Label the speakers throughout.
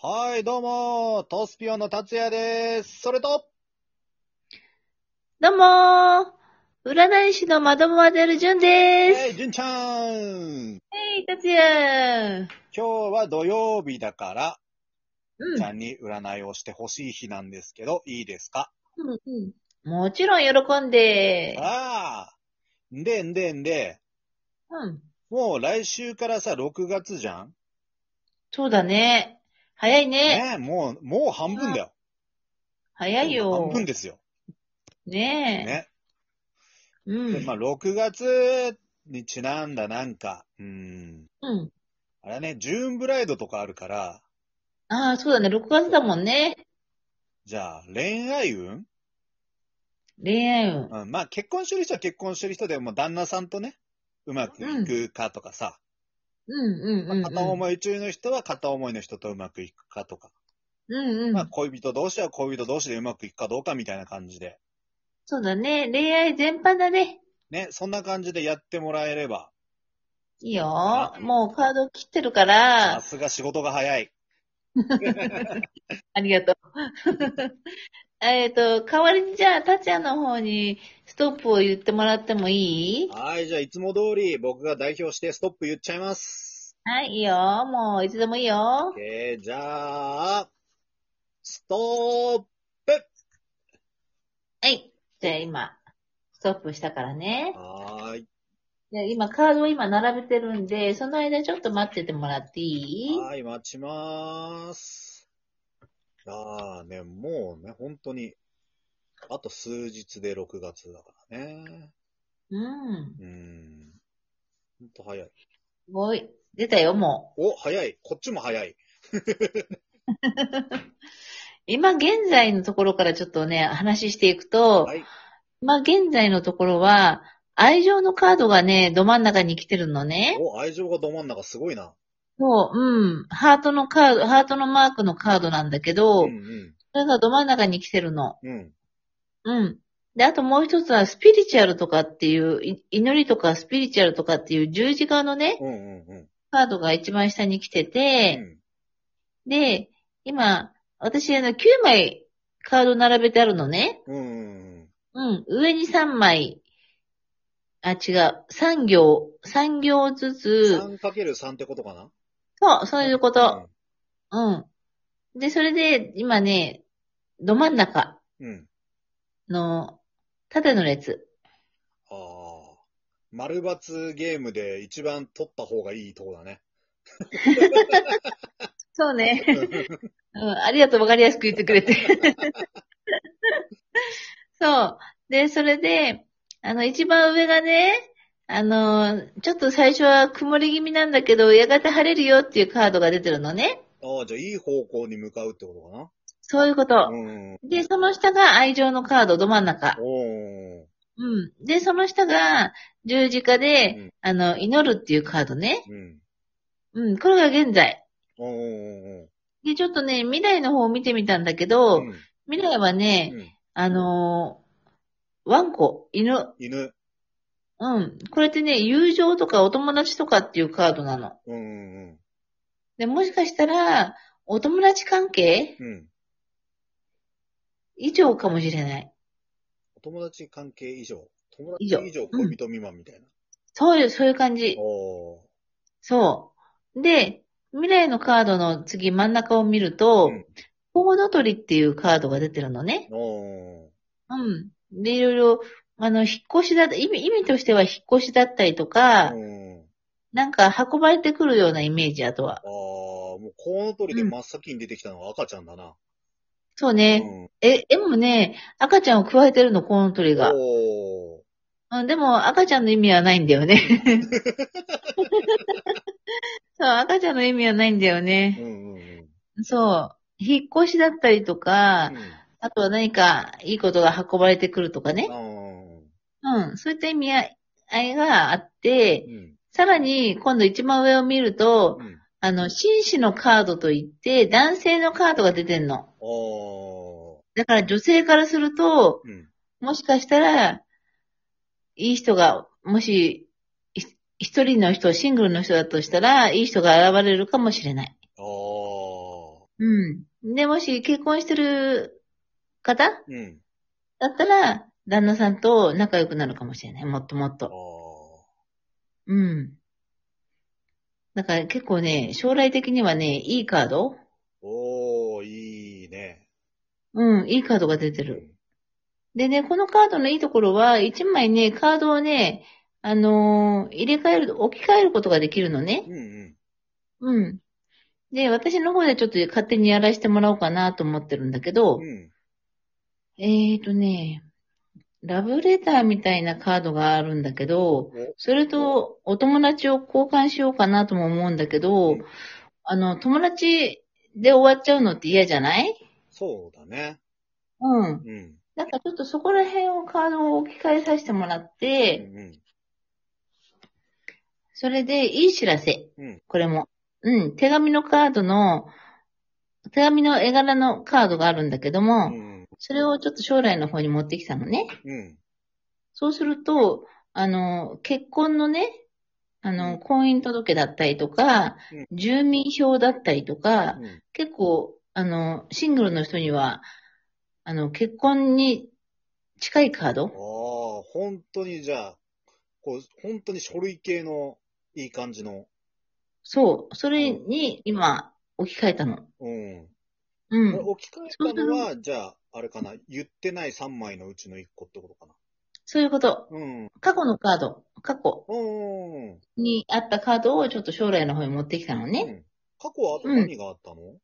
Speaker 1: はい、どうも、トスピオンの達也です。それと、
Speaker 2: どうもー占い師の窓も当てるじゅんでーす
Speaker 1: えい、じゅんちゃん。
Speaker 2: えい、たつやー
Speaker 1: 今日は土曜日だから、
Speaker 2: う
Speaker 1: ちゃんに占いをしてほしい日なんですけど、いいですか
Speaker 2: んうん。もちろん喜んでー
Speaker 1: ああ。んで、んで、んで、
Speaker 2: うん。
Speaker 1: もう来週からさ、6月じゃん
Speaker 2: そうだね。早いね。
Speaker 1: ねえ、もう、もう半分だよ。
Speaker 2: 早い
Speaker 1: 半
Speaker 2: よ。
Speaker 1: 分ですよ。
Speaker 2: ね
Speaker 1: ね。
Speaker 2: え。う
Speaker 1: で
Speaker 2: ん
Speaker 1: まあ、。6月にちなんだなんか、うん。
Speaker 2: うん。
Speaker 1: あれね、ジューンブライドとかあるから、
Speaker 2: ああ、そうだね。6月だもんね。
Speaker 1: じゃあ、恋愛運
Speaker 2: 恋愛運。
Speaker 1: うん、まあ結婚してる人は結婚してる人でも旦那さんとね、うまくいくかとかさ、
Speaker 2: うんうんうん、うん。
Speaker 1: 片思い中の人は片思いの人とうまくいくかとか、
Speaker 2: うんう
Speaker 1: まあ
Speaker 2: ん。
Speaker 1: 恋人同士は恋人同士でうまくいくかどうかみたいな感じで、
Speaker 2: そうだね。恋愛全般だね。
Speaker 1: ね、そんな感じでやってもらえれば、
Speaker 2: いいよ
Speaker 1: あ
Speaker 2: ー。もうカード切ってるか
Speaker 1: さ
Speaker 2: ら。
Speaker 1: すが仕事が早い。
Speaker 2: ありがとう。 えっと、代わりにじゃあ、タチヤの方にストップを言ってもらってもいい
Speaker 1: はい、じゃあいつも通り僕が代表してストップ言っちゃいます。
Speaker 2: はい、いいよ。もう、いつでもいいよ。
Speaker 1: えー、じゃあ、ストップ
Speaker 2: はい。じゃあ、今、ストップしたからね。
Speaker 1: はーい。
Speaker 2: じゃあ今、カードを今並べてるんで、その間ちょっと待っててもらっていい
Speaker 1: はい、待ちまーす。いやーね、もうね、本当に、あと数日で6月だからね。
Speaker 2: うん。
Speaker 1: うーん。ほんと早い。
Speaker 2: すごい。出たよ、もう。
Speaker 1: お、早い。こっちも早い。
Speaker 2: 今現在のところからちょっとね、話していくと、
Speaker 1: はい。
Speaker 2: 今現在のところは、愛情のカードがね、ど真ん中に来てるのね。
Speaker 1: お、愛情がど真ん中すごいな。
Speaker 2: そう、うん。ハートのカード、ハートのマークのカードなんだけど、
Speaker 1: うんうん。
Speaker 2: それがど真ん中に来てるの。
Speaker 1: うん。
Speaker 2: うん。で、あともう一つはスピリチュアルとかっていう、い祈りとかスピリチュアルとかっていう十字架のね、
Speaker 1: うんうんうん。
Speaker 2: カードが一番下に来てて、で、今、私、あの、9枚カード並べてあるのね。
Speaker 1: うん。うんうんうん。
Speaker 2: うん。上に3枚。あ、違う。3行。3行ずつ。
Speaker 1: 3×3 ってことかな
Speaker 2: そう、そういうこと。
Speaker 1: う
Speaker 2: うん。で、それで、今ね、ど真ん中
Speaker 1: ん。うん。
Speaker 2: の縦の列。
Speaker 1: あー。丸抜ゲームで一番取った方がいいとこだね。
Speaker 2: そうね。うん、ありがとう、わかりやすく言ってくれて。そう。で、それで、あの、一番上がね、あの、ちょっと最初は曇り気味なんだけど、やがて晴れるよっていうカードが出てるのね。
Speaker 1: ああ、じゃあいい方向に向かうってことかな
Speaker 2: そういうこと。
Speaker 1: うん。
Speaker 2: で、その下が愛情のカード、ど真ん中。
Speaker 1: おー
Speaker 2: うん。で、その下が十字架で、
Speaker 1: うん
Speaker 2: あの、祈るっていうカードね。
Speaker 1: うん。
Speaker 2: うん、これが現在。
Speaker 1: おー
Speaker 2: で、ちょっとね、未来の方を見てみたんだけど、
Speaker 1: うん。
Speaker 2: 未来はね、
Speaker 1: うん
Speaker 2: あのーワンコ、犬、
Speaker 1: 犬。
Speaker 2: うん。これってね、友情とかお友達とかっていうカードなの。
Speaker 1: うん。うん。
Speaker 2: で、もしかしたら、お友達関係
Speaker 1: うん。
Speaker 2: 以上かもしれない。
Speaker 1: お友達関係以上。友
Speaker 2: 以上
Speaker 1: 達以上恋人未満みたいな。
Speaker 2: そういう、そういう感じ。
Speaker 1: お
Speaker 2: そう。で、未来のカードの次真ん中を見る
Speaker 1: ー
Speaker 2: と、
Speaker 1: うん
Speaker 2: コウノトリっていうカードが出てるのね。
Speaker 1: お
Speaker 2: うん。で、いろいろ、あの、引っ越しだ、意味、意味としては引っ越しだったりと
Speaker 1: ー
Speaker 2: か、
Speaker 1: うん。
Speaker 2: なんか運ばれてくるようなイメージ、あとは
Speaker 1: あ。あ、もうコウノトリで真っ先に出てきたのが赤ちゃんだな。
Speaker 2: そう
Speaker 1: う
Speaker 2: ね。
Speaker 1: ん。
Speaker 2: え、でもね、赤ちゃんを加えてるの、コウノトリが。
Speaker 1: おー
Speaker 2: うん、でも、赤ちゃんの意味はないんだよね。そう、赤ちゃんの意味はないんだよ
Speaker 1: うん
Speaker 2: ね。
Speaker 1: うんうん。
Speaker 2: そう。引っ越しだったりとか、
Speaker 1: う
Speaker 2: あとは何かいいことが運ばれてくるとかね。
Speaker 1: ん。
Speaker 2: うん、そういった意味合いがあって、
Speaker 1: うん。
Speaker 2: さらに今度一番上を見ると、
Speaker 1: うん。
Speaker 2: あの、紳士のカードといって、男性のカードが出てんの。
Speaker 1: おー
Speaker 2: だから女性からすると、
Speaker 1: うん。
Speaker 2: もしかしたら、いい人が、もし、ひ一人の人、シングルの人だとしたら、いい人が現れるかもしれない。
Speaker 1: あー。
Speaker 2: うん。で、もし結婚してる方
Speaker 1: うん。
Speaker 2: だったら、旦那さんと仲良くなるかもしれない。もっともっ
Speaker 1: あ
Speaker 2: と。
Speaker 1: あ。
Speaker 2: うん。だから結構ね、将来的にはね、いいカード
Speaker 1: おー、いいね。
Speaker 2: うん、いいカードが出てる。でね、このカードのいいところは、1枚ね、カードをね、あのー入れ替える、置き換えることができるのね
Speaker 1: う。んうん。
Speaker 2: うん。で、私の方でちょっと勝手にやらせてもらおうかなと思ってるんだけど、
Speaker 1: うん。
Speaker 2: えーとね、ラブレターみたいなカードがあるんだけど、それとお友達を交換しようかなとも思うんだけ
Speaker 1: う
Speaker 2: ど
Speaker 1: ん、
Speaker 2: あの、友達で終わっちゃうのって嫌じゃない
Speaker 1: そうだね。
Speaker 2: うん。
Speaker 1: うん。
Speaker 2: だからちょっとそこら辺をカードを置き換えさせてもらっ
Speaker 1: う
Speaker 2: て、
Speaker 1: ん
Speaker 2: それでいい知らせ。
Speaker 1: うん
Speaker 2: これも。うん。手紙のカードの、手紙の絵柄のカードがあるんだけど
Speaker 1: う
Speaker 2: も、
Speaker 1: ん。
Speaker 2: それをちょっと将来の方に持ってきたのね。
Speaker 1: うん。
Speaker 2: そうすると、あの、結婚のね、あ
Speaker 1: う
Speaker 2: の、
Speaker 1: ん
Speaker 2: 婚姻届だったりとか、住民票だったりとか、
Speaker 1: うん。
Speaker 2: 結構、あの、シングルの人には、あの、結婚に近いカー
Speaker 1: ああ
Speaker 2: ド、
Speaker 1: 本当にじゃあ、こう、本当に書類系のいい感じの。
Speaker 2: そう、それに今置き換えたの。
Speaker 1: うん。
Speaker 2: う
Speaker 1: これ
Speaker 2: ん。
Speaker 1: 置き換えたのは、じゃあ、あれかな、言ってない3枚のうちの1個ってことかな。
Speaker 2: そういうこと。
Speaker 1: うん。
Speaker 2: 過去のカード、過去
Speaker 1: うん。
Speaker 2: にあったカードをちょっと将来の方に持ってきたのね。
Speaker 1: 過去はあと何があったの、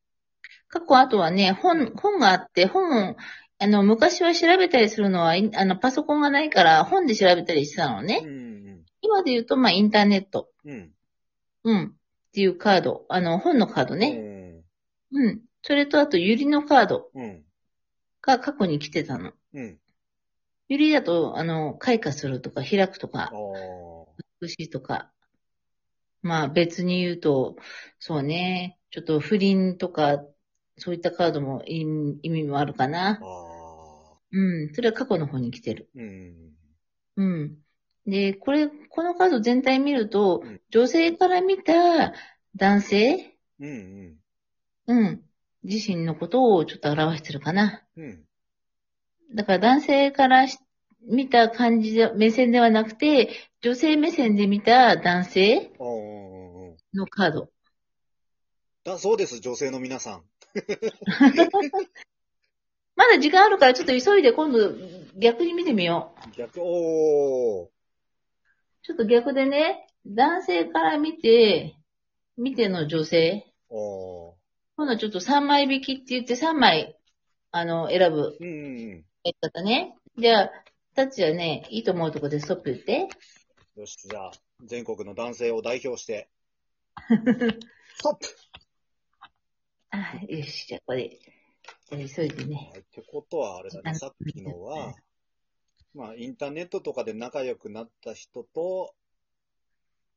Speaker 2: 過去あとはね、本、本があって、本を、あの、昔は調べたりするのは、いあの、パソコンがないから本で調べたりしてたの
Speaker 1: う
Speaker 2: ね。
Speaker 1: ん。
Speaker 2: 今で言うと、まあ、インターネット。
Speaker 1: うん。うん。
Speaker 2: うん。っていうカード。あの、本のカードね。うん。それと、あと、ゆりのカード
Speaker 1: うん。うん。
Speaker 2: が過去に来てたの。
Speaker 1: うん。
Speaker 2: ゆりだと、あの、開花するとか、開くと
Speaker 1: あ
Speaker 2: か
Speaker 1: あ。、
Speaker 2: 美しいとか。まあ、別に言うと、そうね。ちょっと、不倫とか、そういったカードも意味意味もあるか
Speaker 1: あ
Speaker 2: な。
Speaker 1: あ。
Speaker 2: うん。それは過去の方に来てる。
Speaker 1: うん。
Speaker 2: うん。で、これ、このカード全体見ると
Speaker 1: うん、
Speaker 2: 女性から見た男性、
Speaker 1: うん。うん。
Speaker 2: うん、自身のことをちょっと表してるかな。
Speaker 1: うん。
Speaker 2: だから男性からし見た感じで、目線ではなくて、女性目線で見た男性
Speaker 1: ああ。
Speaker 2: のカード。
Speaker 1: だそうです、女性の皆さん。
Speaker 2: まだ時間あるからちょっと急いで今度逆に見てみよう。
Speaker 1: 逆、おー。
Speaker 2: ちょっと逆でね、男性から見て、見ての女性。
Speaker 1: おー。
Speaker 2: 今度はちょっと3枚引きって言って3枚、あの、選ぶ
Speaker 1: うんうん
Speaker 2: やり方ね。じゃあ、タッチはね、いいと思うとこでストップ言って。
Speaker 1: うん。よし、じゃあ、全国の男性を代表して。ストップ
Speaker 2: あよし、じゃあこれ。じゃあ急いでね。
Speaker 1: はい、ってことは、あれだね、さっきのは、まあ、インターネットとかで仲良くなった人と、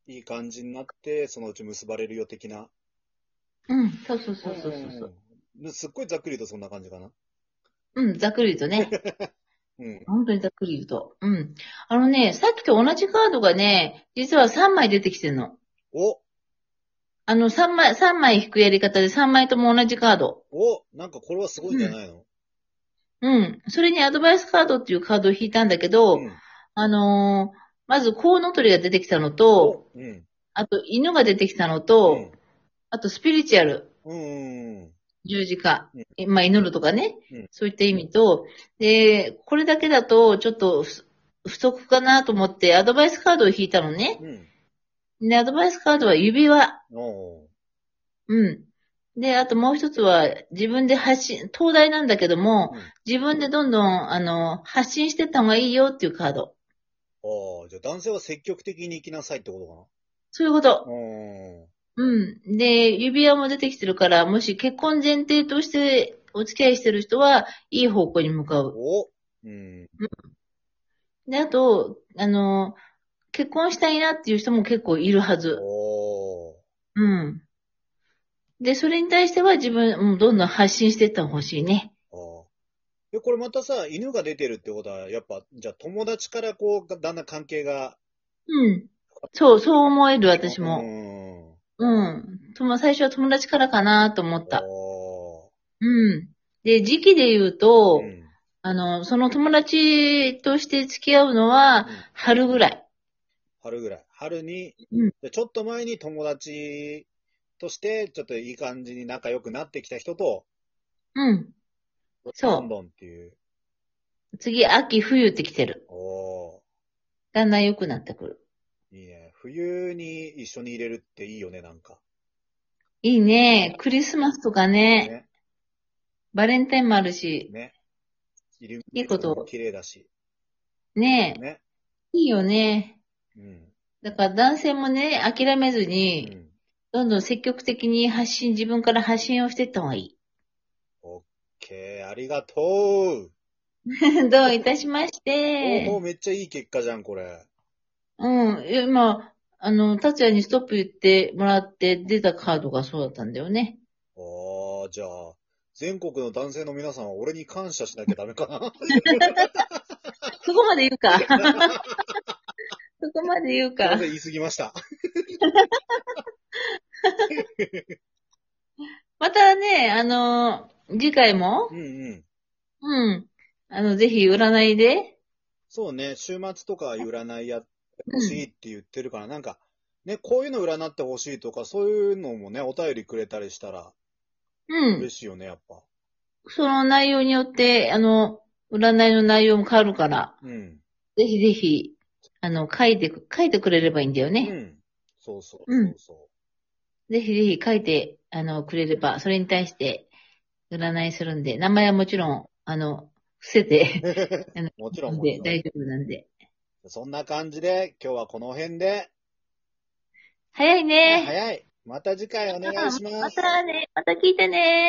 Speaker 1: いい感じになって、そのうち結ばれるよ的な。
Speaker 2: うん、そうそうそうそうそうそう。
Speaker 1: うんすっごいざっくりとそんな感じかな。
Speaker 2: うん、ざっくり言うとね。
Speaker 1: うん。
Speaker 2: 本当にざっくり言うと。うん。あのね、さっきと同じカードがね、実は3枚出てきてるの。
Speaker 1: お
Speaker 2: あの、3枚、三枚引くやり方で3枚とも同じカード。
Speaker 1: おなんかこれはすごいんじゃないの、
Speaker 2: うん。それにアドバイスカードっていうカードを引いたんだけど、
Speaker 1: うん、
Speaker 2: あのーまずコウノトリが出てきたのと、
Speaker 1: おうん。
Speaker 2: あと犬が出てきたのと、
Speaker 1: うん
Speaker 2: あとスピリチュアル。
Speaker 1: うん。うん。
Speaker 2: 十字架
Speaker 1: うん、
Speaker 2: えまあ、祈るとかね、
Speaker 1: うん
Speaker 2: そういった意味と、で、これだけだと、ちょっと不不足かなと思って、アドバイスカードを引いたのね。
Speaker 1: うん。
Speaker 2: で、アドバイスカードは指輪。
Speaker 1: おー
Speaker 2: うん。で、あともう一つは、自分で発信、東大なんだけども、
Speaker 1: うん
Speaker 2: 自分でどんどん、あの、発信してった方がいいよっていうカード。
Speaker 1: ああ、じゃあ男性は積極的に行きなさいってこ
Speaker 2: そういうことと
Speaker 1: か。なうん。
Speaker 2: うん。で、指輪も出てきてるから、もし結婚前提としてお付き合いしてる人は、いい方向に向かう。
Speaker 1: おうん。
Speaker 2: で、あと、あの、結婚したいなっていう人も結構いるはず。
Speaker 1: おー。
Speaker 2: うん。で、それに対しては自分、うん、どんどん発信していったほしいね。
Speaker 1: ああ。で、これまたさ、犬が出てるってことは、やっぱ、じゃあ友達からこう、だんだん関係が。
Speaker 2: うん。そう、そう思える私
Speaker 1: う
Speaker 2: も。
Speaker 1: ん。
Speaker 2: うん。とも最初は友達からかなと思った。
Speaker 1: お
Speaker 2: うん。で、時期で言うと、
Speaker 1: うん
Speaker 2: あの、その友達として付き合うのは、春ぐらい。
Speaker 1: 春ぐらい。春に、
Speaker 2: うん
Speaker 1: でちょっと前に友達として、ちょっといい感じに仲良くなってきた人と、
Speaker 2: うん。そう
Speaker 1: ロンドンっていう。
Speaker 2: 次、秋、冬って来てる。
Speaker 1: お
Speaker 2: だんだん良くなってくる。
Speaker 1: ーいいね。冬に一緒に入れるっていいよね、なんか。
Speaker 2: いいね。クリスマスとかね、
Speaker 1: ね。
Speaker 2: バレンタインもあるし、
Speaker 1: ね。イルミ
Speaker 2: いいこと
Speaker 1: 綺麗だし。
Speaker 2: ね
Speaker 1: ね。
Speaker 2: いいよね。
Speaker 1: うん。
Speaker 2: だから男性もね、諦めず
Speaker 1: う
Speaker 2: に、
Speaker 1: ん。
Speaker 2: どんどん積極的に発信、自分から発信をしていった方がい い。
Speaker 1: OK、ありがとう。
Speaker 2: どういたしまし
Speaker 1: おお
Speaker 2: て。
Speaker 1: めっちゃいい結果じゃん、これ。
Speaker 2: うん。今、あの、達也にストップ言ってもらって出たカードがそうだったんだよね。
Speaker 1: ああ、じゃあ、全国の男性の皆さんは俺に感謝しなきゃダメか な。
Speaker 2: そこまで言うか。 そこまで言う
Speaker 1: すいま
Speaker 2: か
Speaker 1: せ。ん言い過ぎました。
Speaker 2: またね、あの、次回も
Speaker 1: う、んうん。
Speaker 2: うん。あの、ぜひ占いで、
Speaker 1: そうね、週末とか占いやってほしいって言ってるから、なんか、ね、こういうの占ってほしいとか、そういうのもね、お便りくれたりしたら、
Speaker 2: うん。
Speaker 1: 嬉しいよね、やっぱ。
Speaker 2: その内容によって、あの、占いの内容も変わるから、
Speaker 1: うん。
Speaker 2: ぜひぜひ、あの、書いて、書いてくれればいいんだよ
Speaker 1: う
Speaker 2: ね。
Speaker 1: ん。そうそう
Speaker 2: う
Speaker 1: そ
Speaker 2: ん
Speaker 1: うそ
Speaker 2: ぜひぜひ書いて、あの、くれれば、それに対して、占いするんで、名前はもちろん、あの、伏せて、
Speaker 1: う。もちろん、も
Speaker 2: で
Speaker 1: ちろん
Speaker 2: 大丈夫なんで。
Speaker 1: そんな感じで、今日はこの辺で、
Speaker 2: 早いね。
Speaker 1: 早い。また次回お願いします。
Speaker 2: またね、また聞いてね。